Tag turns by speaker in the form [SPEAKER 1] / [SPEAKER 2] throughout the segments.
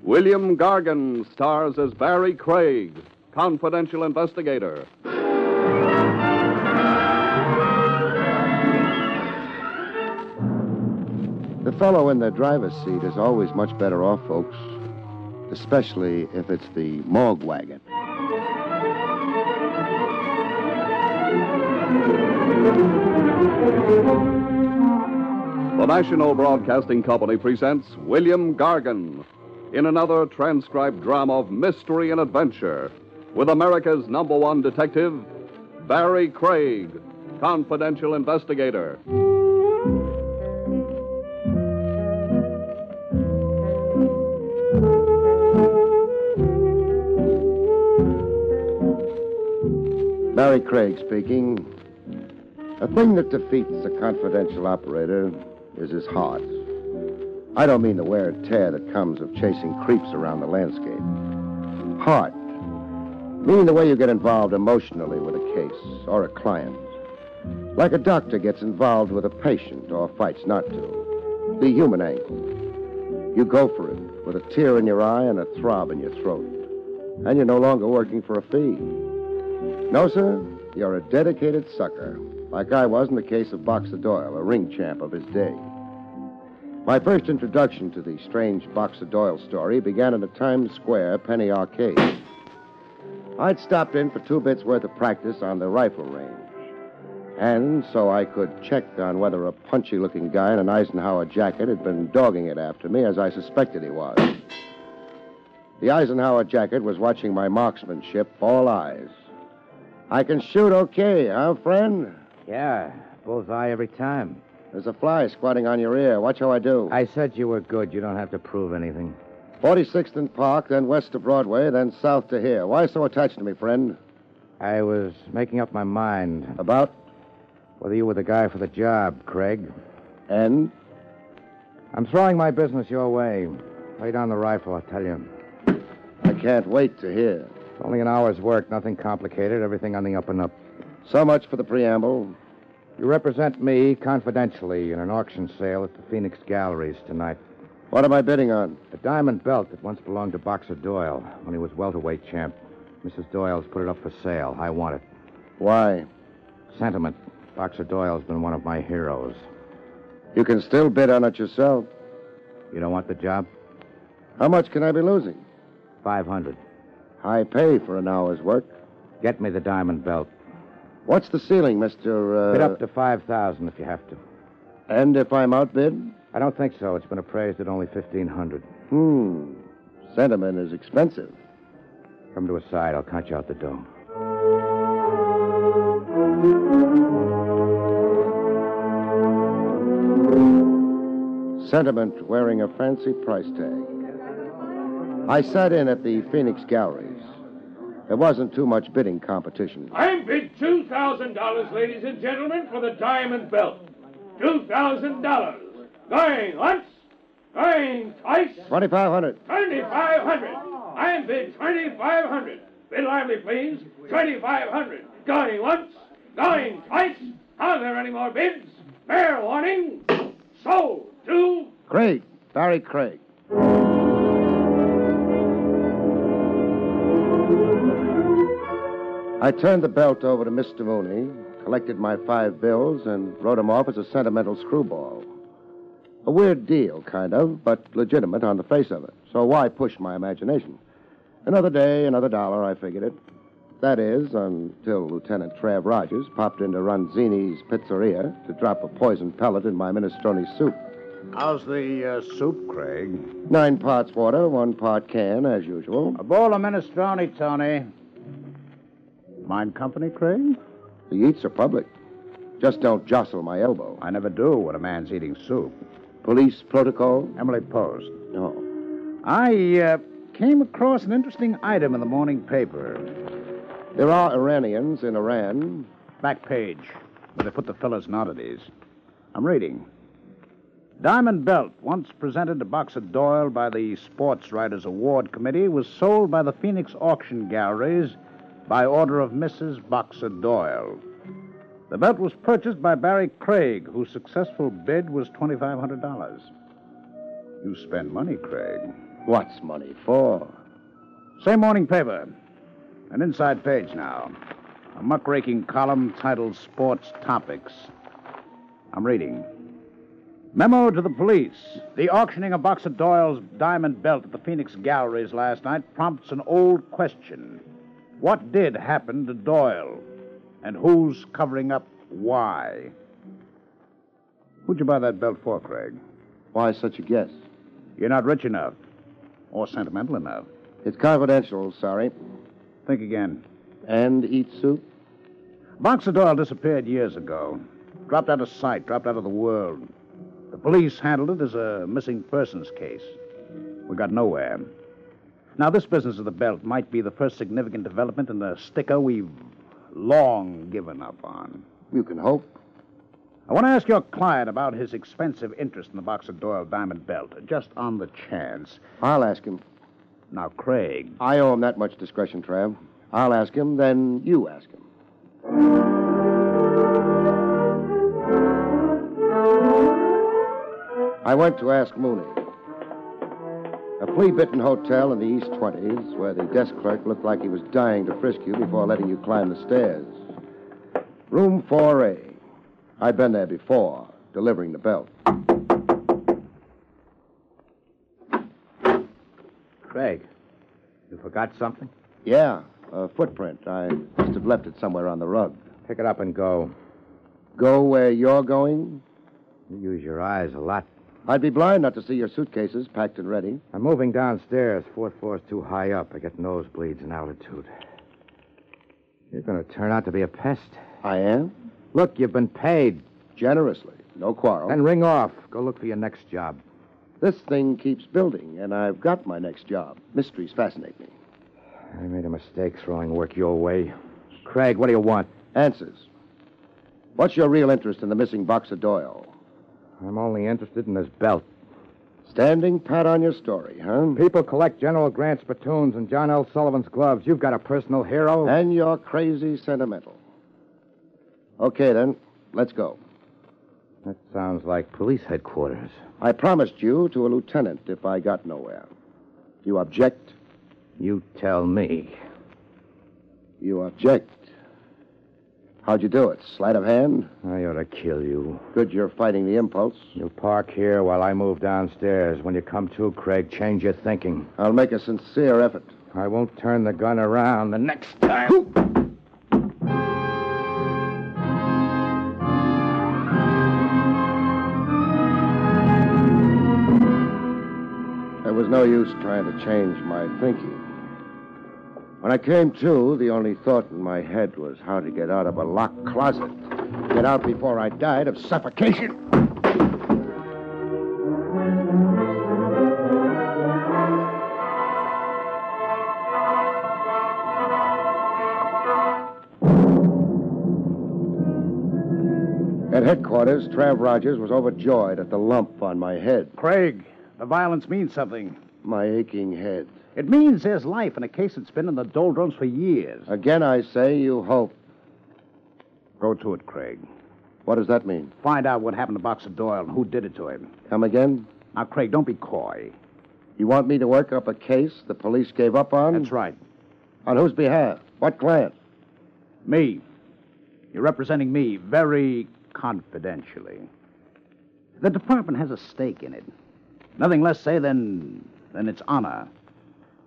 [SPEAKER 1] William Gargan stars as Barry Craig, confidential investigator.
[SPEAKER 2] The fellow in the driver's seat is always much better off, folks, especially if it's the morgue wagon.
[SPEAKER 1] The National Broadcasting Company presents William Gargan in another transcribed drama of mystery and adventure with America's number one detective, Barry Craig, confidential investigator.
[SPEAKER 2] Barry Craig speaking. A thing that defeats a confidential operator is his heart. I don't mean the wear and tear that comes of chasing creeps around the landscape. Heart, meaning the way you get involved emotionally with a case or a client. Like a doctor gets involved with a patient or fights not to. The human angle. You go for it with a tear in your eye and a throb in your throat. And you're no longer working for a fee. No, sir, you're a dedicated sucker, like I was in the case of Boxer Doyle, a ring champ of his day. My first introduction to the strange Boxer Doyle story began in a Times Square penny arcade. I'd stopped in for two bits worth of practice on the rifle range, and so I could check on whether a punchy looking guy in an Eisenhower jacket had been dogging it after me as I suspected he was. The Eisenhower jacket was watching my marksmanship, all eyes. I can shoot okay, huh, friend?
[SPEAKER 3] Yeah, bullseye every time.
[SPEAKER 2] There's a fly squatting on your ear. Watch how I do.
[SPEAKER 3] I said you were good. You don't have to prove anything.
[SPEAKER 2] 46th and Park, then west to Broadway, then south to here. Why so attached to me, friend?
[SPEAKER 3] I was making up my mind
[SPEAKER 2] About
[SPEAKER 3] whether you were the guy for the job, Craig.
[SPEAKER 2] and
[SPEAKER 3] I'm throwing my business your way. Lay down the rifle, I'll tell you.
[SPEAKER 2] I can't wait to hear.
[SPEAKER 3] It's only an hour's work, nothing complicated, everything on the up and up.
[SPEAKER 2] So much for the preamble.
[SPEAKER 3] You represent me confidentially in an auction sale at the Phoenix Galleries tonight.
[SPEAKER 2] What am I bidding on?
[SPEAKER 3] A diamond belt that once belonged to Boxer Doyle when he was welterweight champ. Mrs. Doyle's put it up for sale. I want it.
[SPEAKER 2] Why?
[SPEAKER 3] Sentiment. Boxer Doyle's been one of my heroes.
[SPEAKER 2] You can still bid on it yourself.
[SPEAKER 3] You don't want the job?
[SPEAKER 2] How much can I be losing?
[SPEAKER 3] 500.
[SPEAKER 2] High pay for an hour's work.
[SPEAKER 3] Get me the diamond belt.
[SPEAKER 2] What's the ceiling, Mr. Uh,
[SPEAKER 3] Bid up to 5,000 if you have to.
[SPEAKER 2] And if I'm outbid?
[SPEAKER 3] I don't think so. It's been appraised at only 1,500.
[SPEAKER 2] Hmm. Sentiment is expensive.
[SPEAKER 3] Come to a side. I'll count you out the dough.
[SPEAKER 2] Sentiment wearing a fancy price tag. I sat in at the Phoenix Galleries. There wasn't too much bidding competition.
[SPEAKER 4] I'm bid $2,000, ladies and gentlemen, for the diamond belt. $2,000. Going once, going twice,
[SPEAKER 2] 2500
[SPEAKER 4] 2500 I'm bid 2500 Bid lively, please. 2500 Going once, going twice. Are there any more bids? Fair warning. Sold to
[SPEAKER 2] Craig. Barry Craig. I turned the belt over to Mr. Mooney, collected my five bills, and wrote him off as a sentimental screwball. A weird deal, kind of, but legitimate on the face of it. So why push my imagination? Another day, another dollar, I figured it. That is, until Lieutenant Trav Rogers popped into Ronzini's pizzeria to drop a poison pellet in my minestrone soup.
[SPEAKER 3] How's the uh, soup, Craig?
[SPEAKER 2] Nine parts water, one part can, as usual.
[SPEAKER 3] A bowl of minestrone, Tony. Mind company, Craig?
[SPEAKER 2] The eats are public. Just don't jostle my elbow.
[SPEAKER 3] I never do when a man's eating soup.
[SPEAKER 2] Police protocol?
[SPEAKER 3] Emily Post.
[SPEAKER 2] No.
[SPEAKER 3] I uh, came across an interesting item in the morning paper.
[SPEAKER 2] There are Iranians in Iran.
[SPEAKER 3] Back page, where they put the fellas in oddities. I'm reading. Diamond Belt, once presented to Boxer Doyle by the Sports Writers Award Committee, was sold by the Phoenix Auction Galleries by order of Mrs. Boxer Doyle. The belt was purchased by Barry Craig, whose successful bid was $2,500. You spend money, Craig.
[SPEAKER 2] What's money for?
[SPEAKER 3] Same morning paper. An inside page now. A muckraking column titled Sports Topics. I'm reading. Memo to the police. The auctioning of Boxer Doyle's diamond belt at the Phoenix Galleries last night prompts an old question. What did happen to Doyle? And who's covering up why? Who'd you buy that belt for, Craig?
[SPEAKER 2] Why such a guess?
[SPEAKER 3] You're not rich enough. Or sentimental enough.
[SPEAKER 2] It's confidential, sorry.
[SPEAKER 3] Think again.
[SPEAKER 2] And eat soup?
[SPEAKER 3] Boxer Doyle disappeared years ago. Dropped out of sight, dropped out of the world. The police handled it as a missing persons case. We got nowhere. Now, this business of the belt might be the first significant development in a sticker we've long given up on.
[SPEAKER 2] You can hope.
[SPEAKER 3] I want to ask your client about his expensive interest in the Boxer Doyle diamond belt, just on the chance.
[SPEAKER 2] I'll ask him.
[SPEAKER 3] Now, Craig,
[SPEAKER 2] I owe him that much discretion, Trav. I'll ask him, then you ask him. I went to ask Mooney. A flea bitten hotel in the East 20s where the desk clerk looked like he was dying to frisk you before letting you climb the stairs. Room 4A. I'd been there before, delivering the belt.
[SPEAKER 3] Craig, you forgot something?
[SPEAKER 2] Yeah, a footprint. I must have left it somewhere on the rug.
[SPEAKER 3] Pick it up and go.
[SPEAKER 2] Go where you're going?
[SPEAKER 3] You use your eyes a lot.
[SPEAKER 2] I'd be blind not to see your suitcases packed and ready.
[SPEAKER 3] I'm moving downstairs. Fourth floor's too high up. I get nosebleeds and altitude. You're going to turn out to be a pest.
[SPEAKER 2] I am?
[SPEAKER 3] Look, you've been paid.
[SPEAKER 2] Generously. No quarrel.
[SPEAKER 3] Then ring off. Go look for your next job.
[SPEAKER 2] This thing keeps building, and I've got my next job. Mysteries fascinate me.
[SPEAKER 3] I made a mistake throwing work your way. Craig, what do you want?
[SPEAKER 2] Answers. What's your real interest in the missing box of Doyle?
[SPEAKER 3] I'm only interested in this belt.
[SPEAKER 2] Standing pat on your story, huh?
[SPEAKER 3] People collect General Grant's platoons and John L. Sullivan's gloves. You've got a personal hero.
[SPEAKER 2] And you're crazy sentimental. Okay, then. Let's go.
[SPEAKER 3] That sounds like police headquarters.
[SPEAKER 2] I promised you to a lieutenant if I got nowhere. You object?
[SPEAKER 3] You tell me.
[SPEAKER 2] You object. How'd you do it? Sleight of hand?
[SPEAKER 3] I ought to kill you.
[SPEAKER 2] Good, you're fighting the impulse.
[SPEAKER 3] You park here while I move downstairs. When you come to, Craig, change your thinking.
[SPEAKER 2] I'll make a sincere effort.
[SPEAKER 3] I won't turn the gun around the next time.
[SPEAKER 2] There was no use trying to change my thinking. When I came to, the only thought in my head was how to get out of a locked closet. Get out before I died of suffocation. At headquarters, Trav Rogers was overjoyed at the lump on my head,
[SPEAKER 3] Craig, the violence means something.
[SPEAKER 2] my aching head.
[SPEAKER 3] It means there's life in a case that's been in the doldrums for years.
[SPEAKER 2] Again, I say you hope.
[SPEAKER 3] Go to it, Craig.
[SPEAKER 2] What does that mean?
[SPEAKER 3] Find out what happened to Boxer Doyle and who did it to him.
[SPEAKER 2] Come again?
[SPEAKER 3] Now, Craig, don't be coy.
[SPEAKER 2] You want me to work up a case the police gave up on?
[SPEAKER 3] That's right.
[SPEAKER 2] On whose behalf? What client?
[SPEAKER 3] Me. You're representing me very confidentially. The department has a stake in it. Nothing less, say, than and its honor.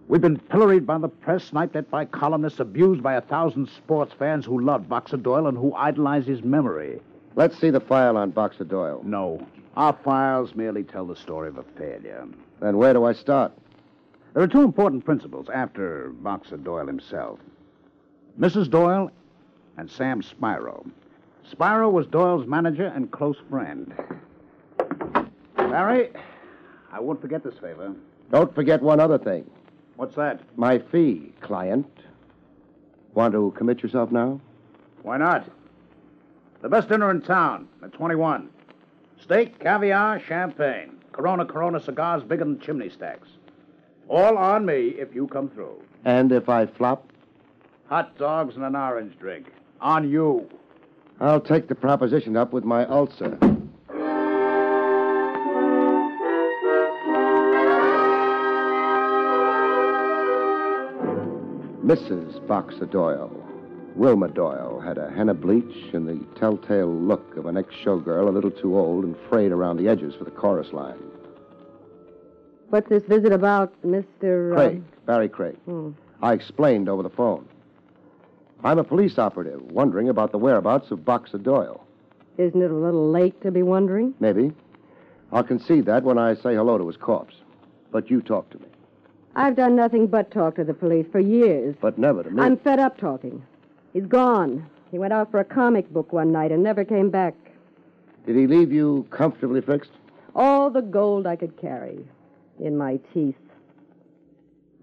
[SPEAKER 3] We've been pilloried by the press, sniped at by columnists, abused by a thousand sports fans who love Boxer Doyle and who idolize his memory.
[SPEAKER 2] Let's see the file on Boxer Doyle.
[SPEAKER 3] No. Our files merely tell the story of a failure.
[SPEAKER 2] Then where do I start?
[SPEAKER 3] There are two important principals after Boxer Doyle himself Mrs. Doyle and Sam Spiro. Spiro was Doyle's manager and close friend. Barry, I won't forget this favor.
[SPEAKER 2] Don't forget one other thing.
[SPEAKER 3] What's that?
[SPEAKER 2] My fee, client. Want to commit yourself now?
[SPEAKER 3] Why not? The best dinner in town at 21. Steak, caviar, champagne. Corona, Corona cigars bigger than chimney stacks. All on me if you come through.
[SPEAKER 2] And if I flop,
[SPEAKER 3] Hot dogs and an orange drink. On you.
[SPEAKER 2] I'll take the proposition up with my ulcer. Mrs. Boxer Doyle. Wilma Doyle had a henna bleach and the telltale look of an ex showgirl a little too old and frayed around the edges for the chorus line.
[SPEAKER 5] What's this visit about, Mr. uh,
[SPEAKER 2] Craig, Barry Craig. I explained over the phone. I'm a police operative wondering about the whereabouts of Boxer Doyle.
[SPEAKER 5] isn't it a little late to be wondering?
[SPEAKER 2] Maybe. I'll concede that when I say hello to his corpse. But you talk to me.
[SPEAKER 5] I've done nothing but talk to the police for years.
[SPEAKER 2] But never to me.
[SPEAKER 5] I'm fed up talking. He's gone. He went out for a comic book one night and never came back.
[SPEAKER 2] Did he leave you comfortably fixed?
[SPEAKER 5] All the gold I could carry in my teeth.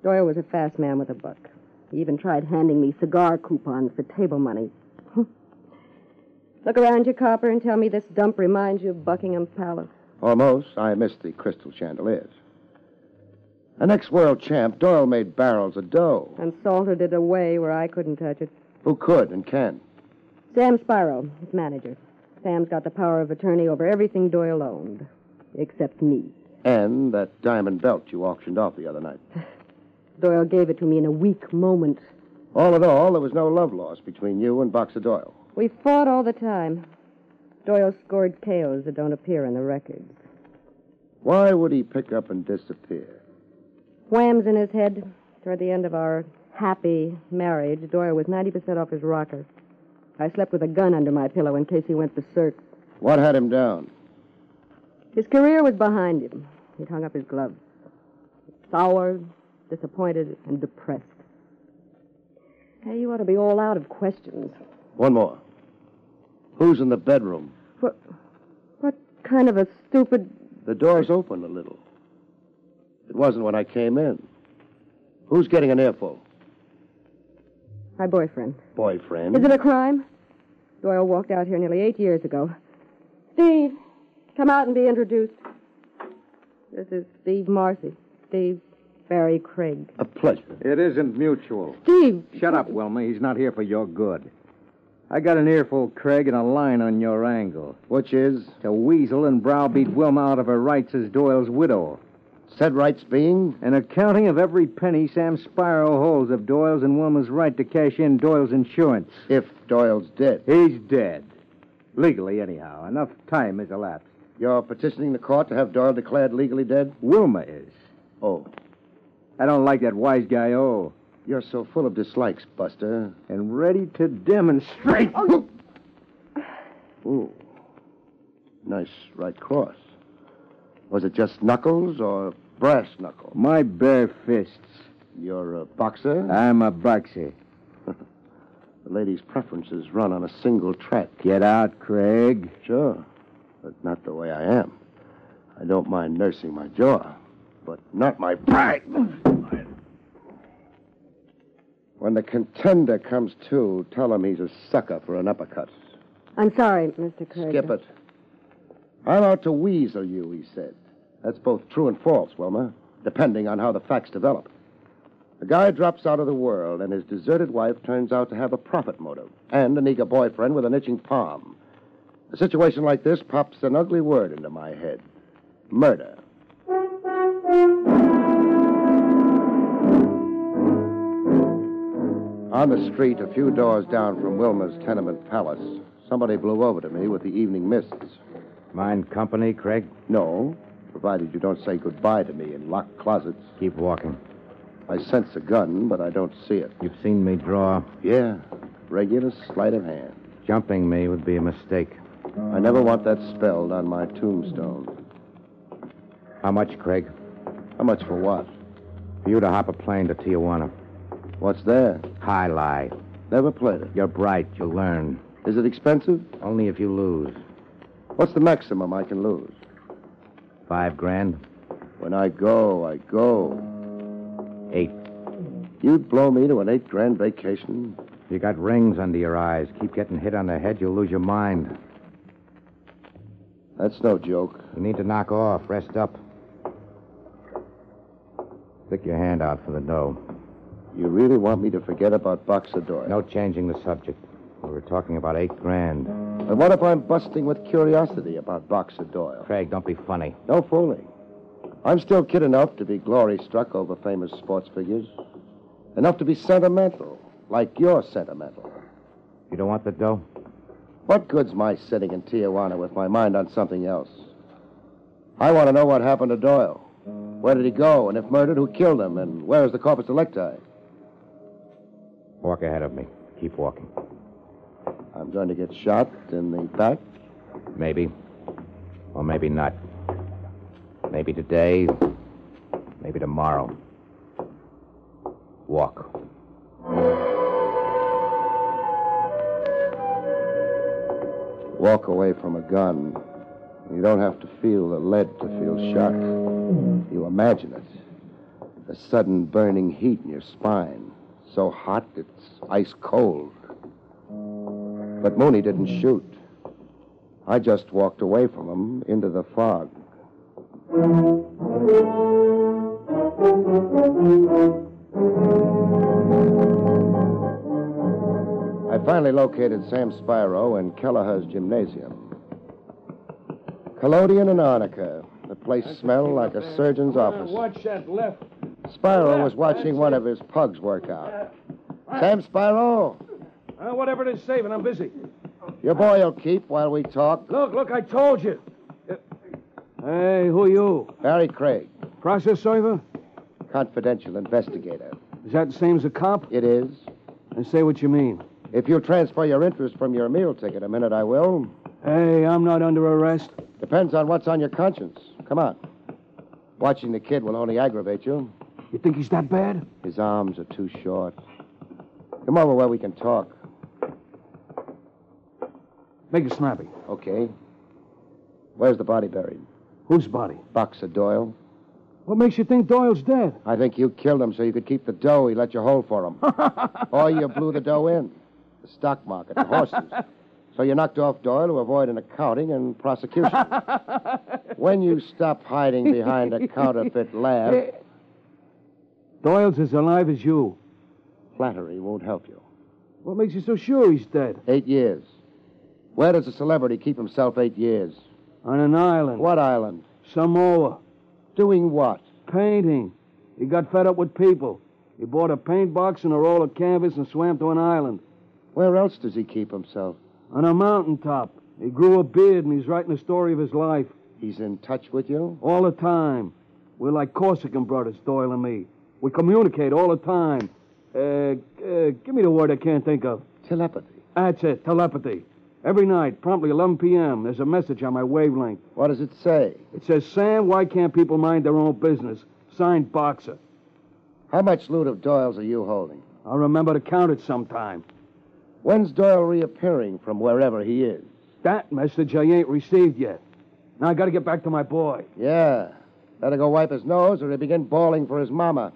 [SPEAKER 5] Doyle was a fast man with a buck. He even tried handing me cigar coupons for table money. Look around you, copper, and tell me this dump reminds you of Buckingham Palace.
[SPEAKER 2] Almost. I missed the crystal chandeliers. An ex world champ, Doyle made barrels of dough.
[SPEAKER 5] And salted it away where I couldn't touch it.
[SPEAKER 2] Who could and can?
[SPEAKER 5] Sam Spiro, his manager. Sam's got the power of attorney over everything Doyle owned, except me.
[SPEAKER 2] And that diamond belt you auctioned off the other night.
[SPEAKER 5] Doyle gave it to me in a weak moment.
[SPEAKER 2] All in all, there was no love lost between you and Boxer Doyle.
[SPEAKER 5] We fought all the time. Doyle scored KOs that don't appear in the records.
[SPEAKER 2] Why would he pick up and disappear?
[SPEAKER 5] Whams in his head. Toward the end of our happy marriage, Doyle was 90% off his rocker. I slept with a gun under my pillow in case he went berserk.
[SPEAKER 2] What had him down?
[SPEAKER 5] His career was behind him. He'd hung up his gloves. Sour, disappointed, and depressed. Hey, you ought to be all out of questions.
[SPEAKER 2] One more. Who's in the bedroom?
[SPEAKER 5] What, what kind of a stupid.
[SPEAKER 2] The door's open a little. It wasn't when I came in. Who's getting an earful?
[SPEAKER 5] My boyfriend.
[SPEAKER 2] Boyfriend.
[SPEAKER 5] Is it a crime? Doyle walked out here nearly eight years ago. Steve, come out and be introduced. This is Steve Marcy. Steve Barry Craig.
[SPEAKER 2] a pleasure.
[SPEAKER 6] It isn't mutual.
[SPEAKER 5] Steve!
[SPEAKER 6] Shut up, Wilma. He's not here for your good. I got an earful, Craig, and a line on your angle.
[SPEAKER 2] Which is,
[SPEAKER 6] To weasel and browbeat Wilma out of her rights as Doyle's widow.
[SPEAKER 2] said rights being,
[SPEAKER 6] An accounting of every penny Sam Spiro holds of Doyle's and Wilma's right to cash in Doyle's insurance.
[SPEAKER 2] if Doyle's dead.
[SPEAKER 6] He's dead. Legally, anyhow. Enough time has elapsed.
[SPEAKER 2] You're petitioning the court to have Doyle declared legally dead?
[SPEAKER 6] Wilma is.
[SPEAKER 2] Oh,
[SPEAKER 6] I don't like that wise guy, oh.
[SPEAKER 2] you're so full of dislikes, Buster.
[SPEAKER 6] And ready to demonstrate.
[SPEAKER 2] Ooh. Nice right cross. Was it just knuckles or brass knuckle?
[SPEAKER 6] My bare fists.
[SPEAKER 2] You're a boxer?
[SPEAKER 6] I'm a boxer.
[SPEAKER 2] the lady's preferences run on a single track.
[SPEAKER 6] Get out, Craig.
[SPEAKER 2] Sure, but not the way I am. I don't mind nursing my jaw, but not my pride. When the contender comes to, tell him he's a sucker for an uppercut.
[SPEAKER 5] I'm sorry, Mr. Craig.
[SPEAKER 2] Skip it. I'm out to weasel you, he said. That's both true and false, Wilma, depending on how the facts develop. The guy drops out of the world, and his deserted wife turns out to have a profit motive and an eager boyfriend with an itching palm. A situation like this pops an ugly word into my head murder. On the street, a few doors down from Wilma's tenement palace, somebody blew over to me with the evening mists.
[SPEAKER 6] Mind company, Craig?
[SPEAKER 2] No, provided you don't say goodbye to me in locked closets.
[SPEAKER 7] Keep walking.
[SPEAKER 2] I sense a gun, but I don't see it.
[SPEAKER 7] You've seen me draw.
[SPEAKER 2] Yeah, regular sleight of hand.
[SPEAKER 7] Jumping me would be a mistake.
[SPEAKER 2] I never want that spelled on my tombstone.
[SPEAKER 7] How much, Craig?
[SPEAKER 2] How much for what?
[SPEAKER 7] For you to hop a plane to Tijuana.
[SPEAKER 2] What's there?
[SPEAKER 7] High lie.
[SPEAKER 2] Never played it.
[SPEAKER 7] You're bright. You'll learn.
[SPEAKER 2] Is it expensive?
[SPEAKER 7] Only if you lose.
[SPEAKER 2] What's the maximum I can lose?
[SPEAKER 7] Five grand?
[SPEAKER 2] When I go, I go.
[SPEAKER 7] Eight.
[SPEAKER 2] You'd blow me to an eight grand vacation?
[SPEAKER 7] You got rings under your eyes. Keep getting hit on the head, you'll lose your mind.
[SPEAKER 2] That's no joke.
[SPEAKER 7] You need to knock off. Rest up. Stick your hand out for the dough.
[SPEAKER 2] You really want me to forget about Boxador?
[SPEAKER 7] No changing the subject. We were talking about eight grand.
[SPEAKER 2] And what if I'm busting with curiosity about Boxer Doyle?
[SPEAKER 7] Craig, don't be funny.
[SPEAKER 2] No fooling. I'm still kid enough to be glory struck over famous sports figures. Enough to be sentimental, like you're sentimental.
[SPEAKER 7] You don't want the dough?
[SPEAKER 2] What good's my sitting in Tijuana with my mind on something else? I want to know what happened to Doyle. Where did he go? And if murdered, who killed him? And where is the corpus electi?
[SPEAKER 7] Walk ahead of me. Keep walking.
[SPEAKER 2] I'm going to get shot in the back.
[SPEAKER 7] Maybe. Or maybe not. Maybe today. Maybe tomorrow. Walk.
[SPEAKER 2] Walk away from a gun. You don't have to feel the lead to feel shock. You imagine it. The sudden burning heat in your spine. So hot it's ice cold. But Mooney didn't shoot. I just walked away from him into the fog. I finally located Sam Spiro in Kelleher's gymnasium. Collodion and arnica. The place smelled like a surgeon's office.
[SPEAKER 4] Uh, Watch that left.
[SPEAKER 2] Spiro was watching one of his pugs work out. Sam Spiro,
[SPEAKER 4] Uh, whatever it is, saving. I'm busy.
[SPEAKER 2] your boy will keep while we talk.
[SPEAKER 4] Look, look, I told you. Uh, Hey, who are you?
[SPEAKER 2] Barry Craig,
[SPEAKER 4] Process server?
[SPEAKER 2] confidential investigator.
[SPEAKER 4] Is that the same as a cop?
[SPEAKER 2] It is.
[SPEAKER 4] And say what you mean.
[SPEAKER 2] If you'll transfer your interest from your meal ticket a minute, I will.
[SPEAKER 4] Hey, I'm not under arrest.
[SPEAKER 2] Depends on what's on your conscience. Come on. Watching the kid will only aggravate you.
[SPEAKER 4] You think he's that bad?
[SPEAKER 2] His arms are too short. Come over where we can talk.
[SPEAKER 4] Make it snappy.
[SPEAKER 2] Okay. Where's the body buried?
[SPEAKER 4] Whose body?
[SPEAKER 2] Boxer Doyle.
[SPEAKER 4] What makes you think Doyle's dead?
[SPEAKER 2] I think you killed him so you could keep the dough he let you hold for him. or you blew the dough in. The stock market, the horses. So you knocked off Doyle to avoid an accounting and prosecution. when you stop hiding behind a counterfeit laugh,
[SPEAKER 4] Doyle's as alive as you.
[SPEAKER 2] flattery won't help you.
[SPEAKER 4] What makes you so sure he's dead?
[SPEAKER 2] Eight years. Where does a celebrity keep himself eight years?
[SPEAKER 4] On an island.
[SPEAKER 2] What island?
[SPEAKER 4] Samoa.
[SPEAKER 2] Doing what?
[SPEAKER 4] Painting. He got fed up with people. He bought a paint box and a roll of canvas and swam to an island.
[SPEAKER 2] Where else does he keep himself?
[SPEAKER 4] On a mountain top. He grew a beard and he's writing a story of his life.
[SPEAKER 2] He's in touch with you?
[SPEAKER 4] All the time. We're like Corsican brothers, Doyle and me. We communicate all the time. Uh, uh, give me the word I can't think of.
[SPEAKER 2] Telepathy.
[SPEAKER 4] That's it, telepathy. Every night, promptly 11 p.m., there's a message on my wavelength.
[SPEAKER 2] What does it say?
[SPEAKER 4] It says, Sam, why can't people mind their own business? Signed Boxer.
[SPEAKER 2] How much loot of Doyle's are you holding?
[SPEAKER 4] I'll remember to count it sometime.
[SPEAKER 2] When's Doyle reappearing from wherever he is?
[SPEAKER 4] That message I ain't received yet. Now I gotta get back to my boy.
[SPEAKER 2] Yeah. Better go wipe his nose or he'll begin bawling for his mama.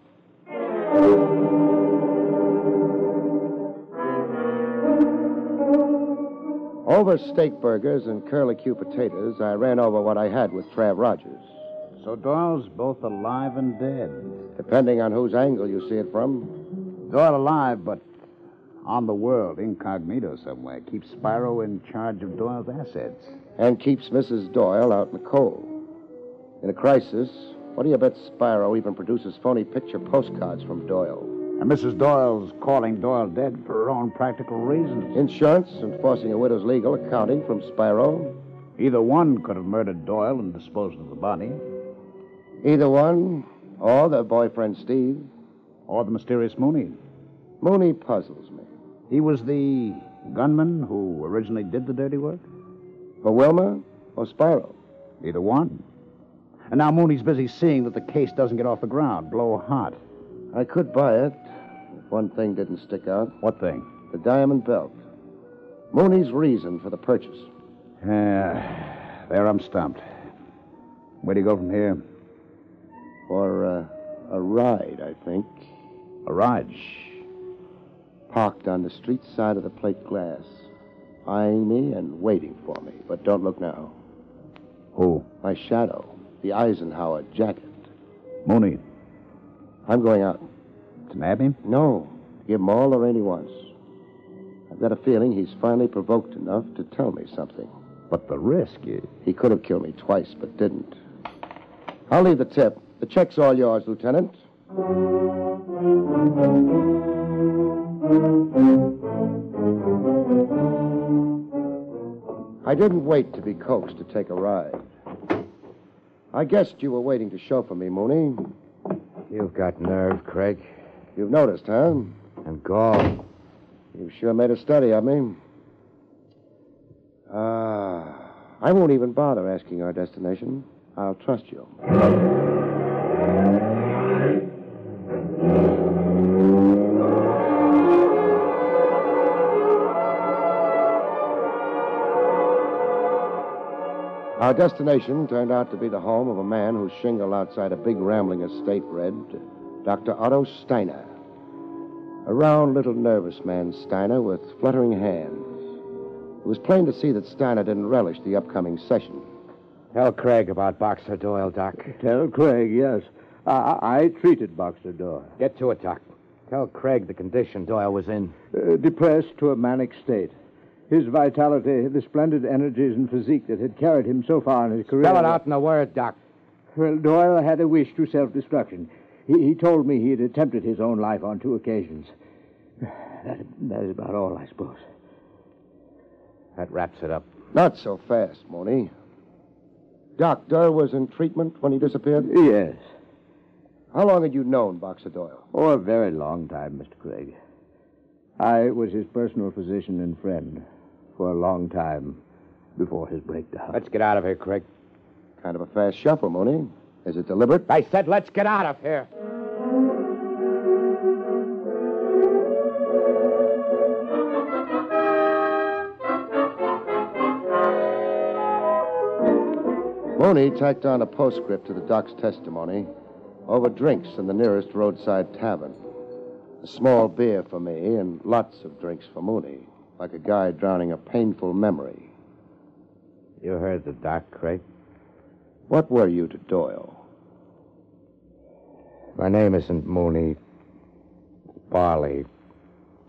[SPEAKER 2] Over steak burgers and curlicue potatoes, I ran over what I had with Trav Rogers,
[SPEAKER 6] So Doyle's both alive and dead.
[SPEAKER 2] depending on whose angle you see it from.
[SPEAKER 6] Doyle alive, but on the world, incognito somewhere. Keeps Spiro in charge of Doyle's assets.
[SPEAKER 2] And keeps Mrs. Doyle out in the cold. In a crisis, what do you bet Spiro even produces phony picture postcards from Doyle?
[SPEAKER 6] And Mrs. Doyle's calling Doyle dead for her own practical reasons.
[SPEAKER 2] Insurance, enforcing a widow's legal accounting from Spiro.
[SPEAKER 6] Either one could have murdered Doyle and disposed of the body,
[SPEAKER 2] Either one, or the boyfriend Steve.
[SPEAKER 8] Or the mysterious Mooney.
[SPEAKER 2] Mooney puzzles me.
[SPEAKER 8] He was the gunman who originally did the dirty work?
[SPEAKER 2] For Wilma or Spyro?
[SPEAKER 8] Either one. And now Mooney's busy seeing that the case doesn't get off the ground, blow hot.
[SPEAKER 2] I could buy it if one thing didn't stick out
[SPEAKER 8] What thing?
[SPEAKER 2] the diamond belt. Mooney's reason for the purchase.
[SPEAKER 8] Yeah, there I'm stumped. Where do you go from here?
[SPEAKER 2] For uh, a ride, I think.
[SPEAKER 8] A ride.
[SPEAKER 2] Parked on the street side of the plate glass, eyeing me and waiting for me. But don't look now.
[SPEAKER 8] Who?
[SPEAKER 2] My shadow, the Eisenhower jacket.
[SPEAKER 8] Mooney.
[SPEAKER 2] I'm going out.
[SPEAKER 8] To nab him?
[SPEAKER 2] No, give him all the rain he wants. I've got a feeling he's finally provoked enough to tell me something.
[SPEAKER 8] But the risk is.
[SPEAKER 2] He could have killed me twice, but didn't. I'll leave the tip. The check's all yours, Lieutenant. I didn't wait to be coaxed to take a ride. I guessed you were waiting to show for me, Mooney.
[SPEAKER 3] You've got nerve, Craig.
[SPEAKER 2] You've noticed, huh?
[SPEAKER 3] And gall.
[SPEAKER 2] You sure made a study of me. Ah, I won't even bother asking our destination. I'll trust you. Our destination turned out to be the home of a man whose shingle outside a big rambling estate read Dr. Otto Steiner. A round little nervous man, Steiner, with fluttering hands. It was plain to see that Steiner didn't relish the upcoming session.
[SPEAKER 3] Tell Craig about Boxer Doyle, Doc.
[SPEAKER 4] Tell Craig, yes. I, I treated Boxer Doyle.
[SPEAKER 3] Get to it, Doc. Tell Craig the condition Doyle was in.
[SPEAKER 4] Uh, depressed to a manic state. His vitality, the splendid energies and physique that had carried him so far in his career.
[SPEAKER 3] Spell it out in a word, Doc.
[SPEAKER 4] Well, Doyle had a wish to self destruction. He, he told me he had attempted his own life on two occasions. That, that is about all, I suppose.
[SPEAKER 3] That wraps it up.
[SPEAKER 2] Not so fast, Mooney. Doc Doyle was in treatment when he disappeared?
[SPEAKER 4] Yes.
[SPEAKER 2] How long had you known Boxer Doyle?
[SPEAKER 4] Oh, a very long time, Mr. Craig. I was his personal physician and friend for a long time before his breakdown.
[SPEAKER 3] Let's get out of here, Craig.
[SPEAKER 2] Kind of a fast shuffle, Mooney. Is it deliberate?
[SPEAKER 3] I said, let's get out of here.
[SPEAKER 2] Mooney tacked on a postscript to the doc's testimony over drinks in the nearest roadside tavern. A small beer for me and lots of drinks for Mooney, like a guy drowning a painful memory.
[SPEAKER 3] You heard the doc, Craig.
[SPEAKER 2] What were you to Doyle?
[SPEAKER 3] My name isn't Mooney. Barley.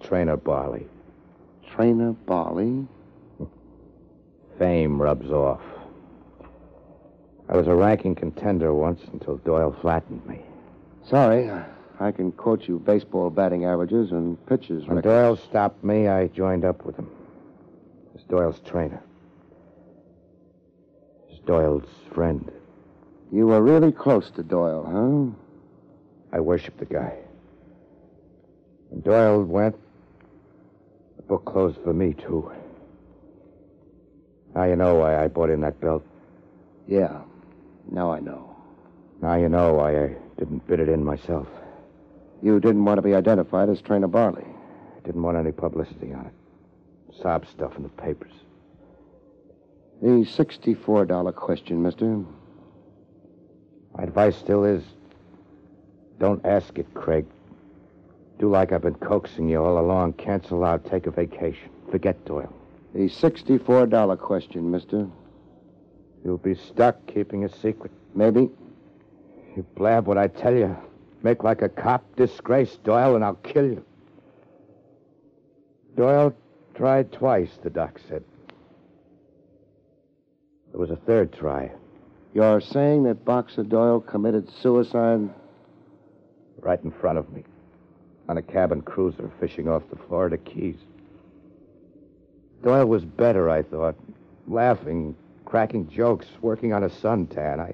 [SPEAKER 3] Trainer Barley.
[SPEAKER 2] Trainer Barley?
[SPEAKER 3] Fame rubs off. I was a ranking contender once until Doyle flattened me.
[SPEAKER 2] Sorry, I can quote you baseball batting averages and pitches.
[SPEAKER 3] When
[SPEAKER 2] records.
[SPEAKER 3] Doyle stopped me, I joined up with him. As Doyle's trainer. As Doyle's friend.
[SPEAKER 2] You were really close to Doyle, huh?
[SPEAKER 3] I worshiped the guy. When Doyle went, the book closed for me, too. Now you know why I bought in that belt.
[SPEAKER 2] Yeah. Now I know.
[SPEAKER 3] Now you know why I didn't bid it in myself.
[SPEAKER 2] You didn't want to be identified as Trainer Barley.
[SPEAKER 3] I didn't want any publicity on it. Sob stuff in the papers.
[SPEAKER 2] The $64 question, mister.
[SPEAKER 3] My advice still is don't ask it, Craig. Do like I've been coaxing you all along. Cancel out, take a vacation. Forget Doyle.
[SPEAKER 2] The $64 question, mister.
[SPEAKER 3] You'll be stuck keeping a secret.
[SPEAKER 2] Maybe.
[SPEAKER 3] You blab what I tell you. Make like a cop, disgrace Doyle, and I'll kill you. Doyle tried twice, the doc said. There was a third try.
[SPEAKER 2] You're saying that Boxer Doyle committed suicide?
[SPEAKER 3] right in front of me on a cabin cruiser fishing off the Florida Keys. Doyle was better, I thought, laughing, cracking jokes, working on a suntan. I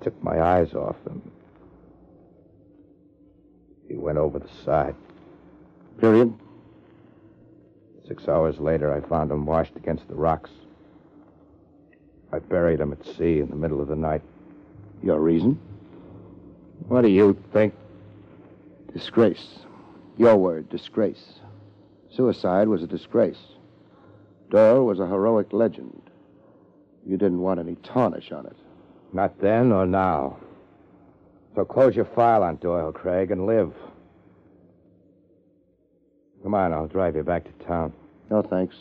[SPEAKER 7] took my eyes off him. He went over the side.
[SPEAKER 2] Period?
[SPEAKER 7] Six hours later, I found him washed against the rocks. I buried him at sea in the middle of the night.
[SPEAKER 2] Your reason?
[SPEAKER 7] What do you think?
[SPEAKER 2] Disgrace. Your word, disgrace. Suicide was a disgrace. Doyle was a heroic legend. You didn't want any tarnish on it.
[SPEAKER 7] Not then or now. So close your file on Doyle, Craig, and live. Come on, I'll drive you back to town.
[SPEAKER 2] No, thanks.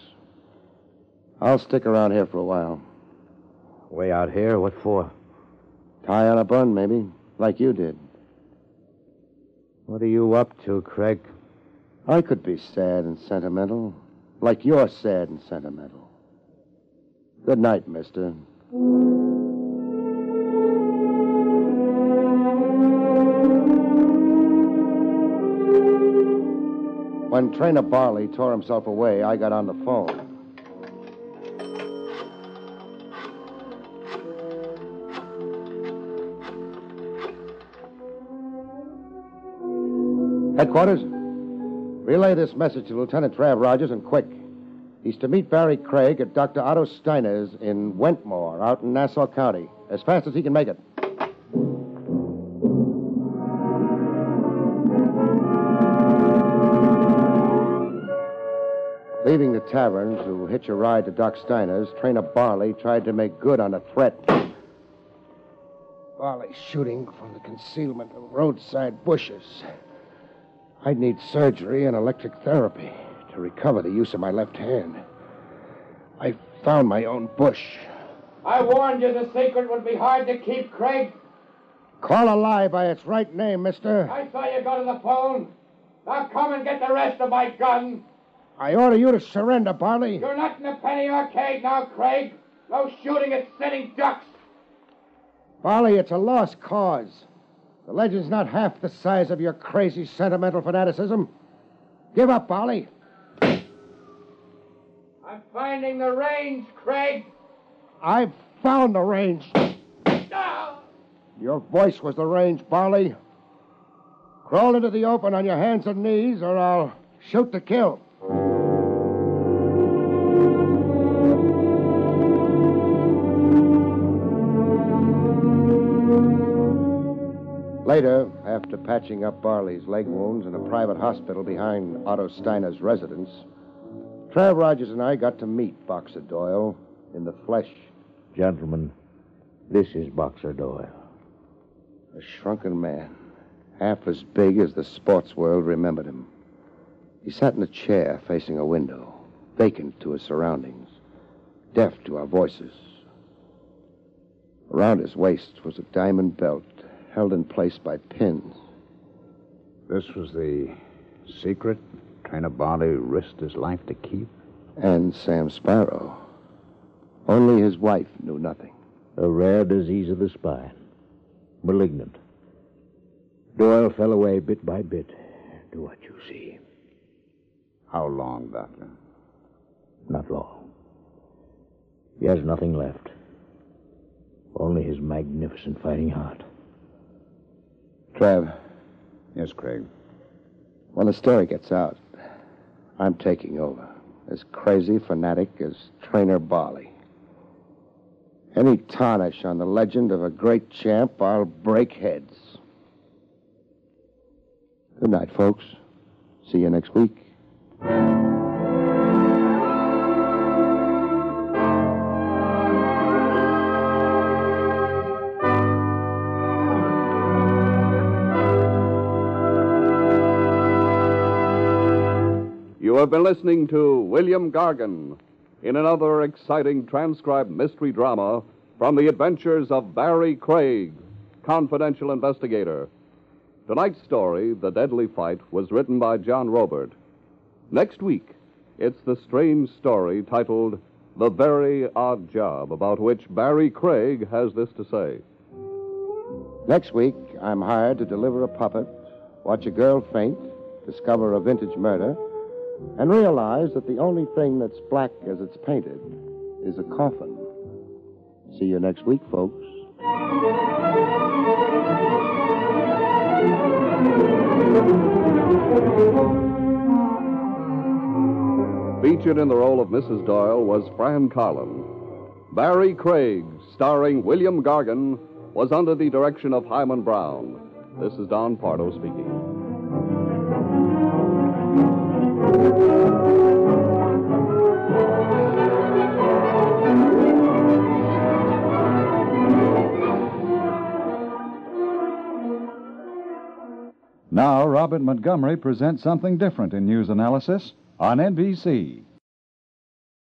[SPEAKER 2] I'll stick around here for a while.
[SPEAKER 7] Way out here? What for?
[SPEAKER 2] Tie on a bun, maybe, like you did.
[SPEAKER 7] What are you up to, Craig?
[SPEAKER 2] I could be sad and sentimental, like you're sad and sentimental. Good night, mister. When Trainer Barley tore himself away, I got on the phone. Headquarters, relay this message to Lieutenant Trav Rogers and quick. He's to meet Barry Craig at Dr. Otto Steiner's in Wentmore, out in Nassau County, as fast as he can make it. Leaving the tavern to hitch a ride to Doc Steiner's, Trainer Barley tried to make good on a threat. Barley shooting from the concealment of roadside bushes. I'd need surgery and electric therapy to recover the use of my left hand. I found my own bush.
[SPEAKER 9] I warned you the secret would be hard to keep, Craig.
[SPEAKER 2] Call a lie by its right name, mister.
[SPEAKER 9] I saw you go to the phone. Now come and get the rest of my gun.
[SPEAKER 2] I order you to surrender, Barley.
[SPEAKER 9] You're not in the penny arcade now, Craig. No shooting at sitting ducks.
[SPEAKER 2] Barley, it's a lost cause. The legend's not half the size of your crazy sentimental fanaticism. Give up, Barley.
[SPEAKER 9] I'm finding the range, Craig.
[SPEAKER 2] I've found the range.
[SPEAKER 9] Ah!
[SPEAKER 2] Your voice was the range, Barley. Crawl into the open on your hands and knees, or I'll shoot to kill. Later, after patching up Barley's leg wounds in a private hospital behind Otto Steiner's residence, Trav Rogers and I got to meet Boxer Doyle in the flesh.
[SPEAKER 7] Gentlemen, this is Boxer Doyle.
[SPEAKER 2] A shrunken man, half as big as the sports world remembered him. He sat in a chair facing a window, vacant to his surroundings, deaf to our voices. Around his waist was a diamond belt held in place by pins.
[SPEAKER 6] This was the secret Trainer Barley risked his life to keep?
[SPEAKER 2] And Sam Sparrow. Only his wife knew nothing.
[SPEAKER 10] A rare disease of the spine. Malignant. Doyle fell away bit by bit. Do what you see.
[SPEAKER 6] How long, Doctor?
[SPEAKER 10] Not long. He has nothing left. Only his magnificent fighting heart.
[SPEAKER 2] Trav.
[SPEAKER 6] Yes, Craig.
[SPEAKER 2] When the story gets out, I'm taking over. As crazy fanatic as Trainer Barley. Any tarnish on the legend of a great champ, I'll break heads. Good night, folks. See you next week.
[SPEAKER 1] You have been listening to William Gargan in another exciting transcribed mystery drama from the adventures of Barry Craig, confidential investigator. Tonight's story, The Deadly Fight, was written by John Robert. Next week, it's the strange story titled The Very Odd Job, about which Barry Craig has this to say.
[SPEAKER 2] Next week, I'm hired to deliver a puppet, watch a girl faint, discover a vintage murder, and realize that the only thing that's black as it's painted is a coffin. See you next week, folks.
[SPEAKER 1] Featured in the role of Mrs. Doyle was Fran Carlin. Barry Craig, starring William Gargan, was under the direction of Hyman Brown. This is Don Pardo speaking.
[SPEAKER 11] Now, Robert Montgomery presents something different in news analysis on NBC.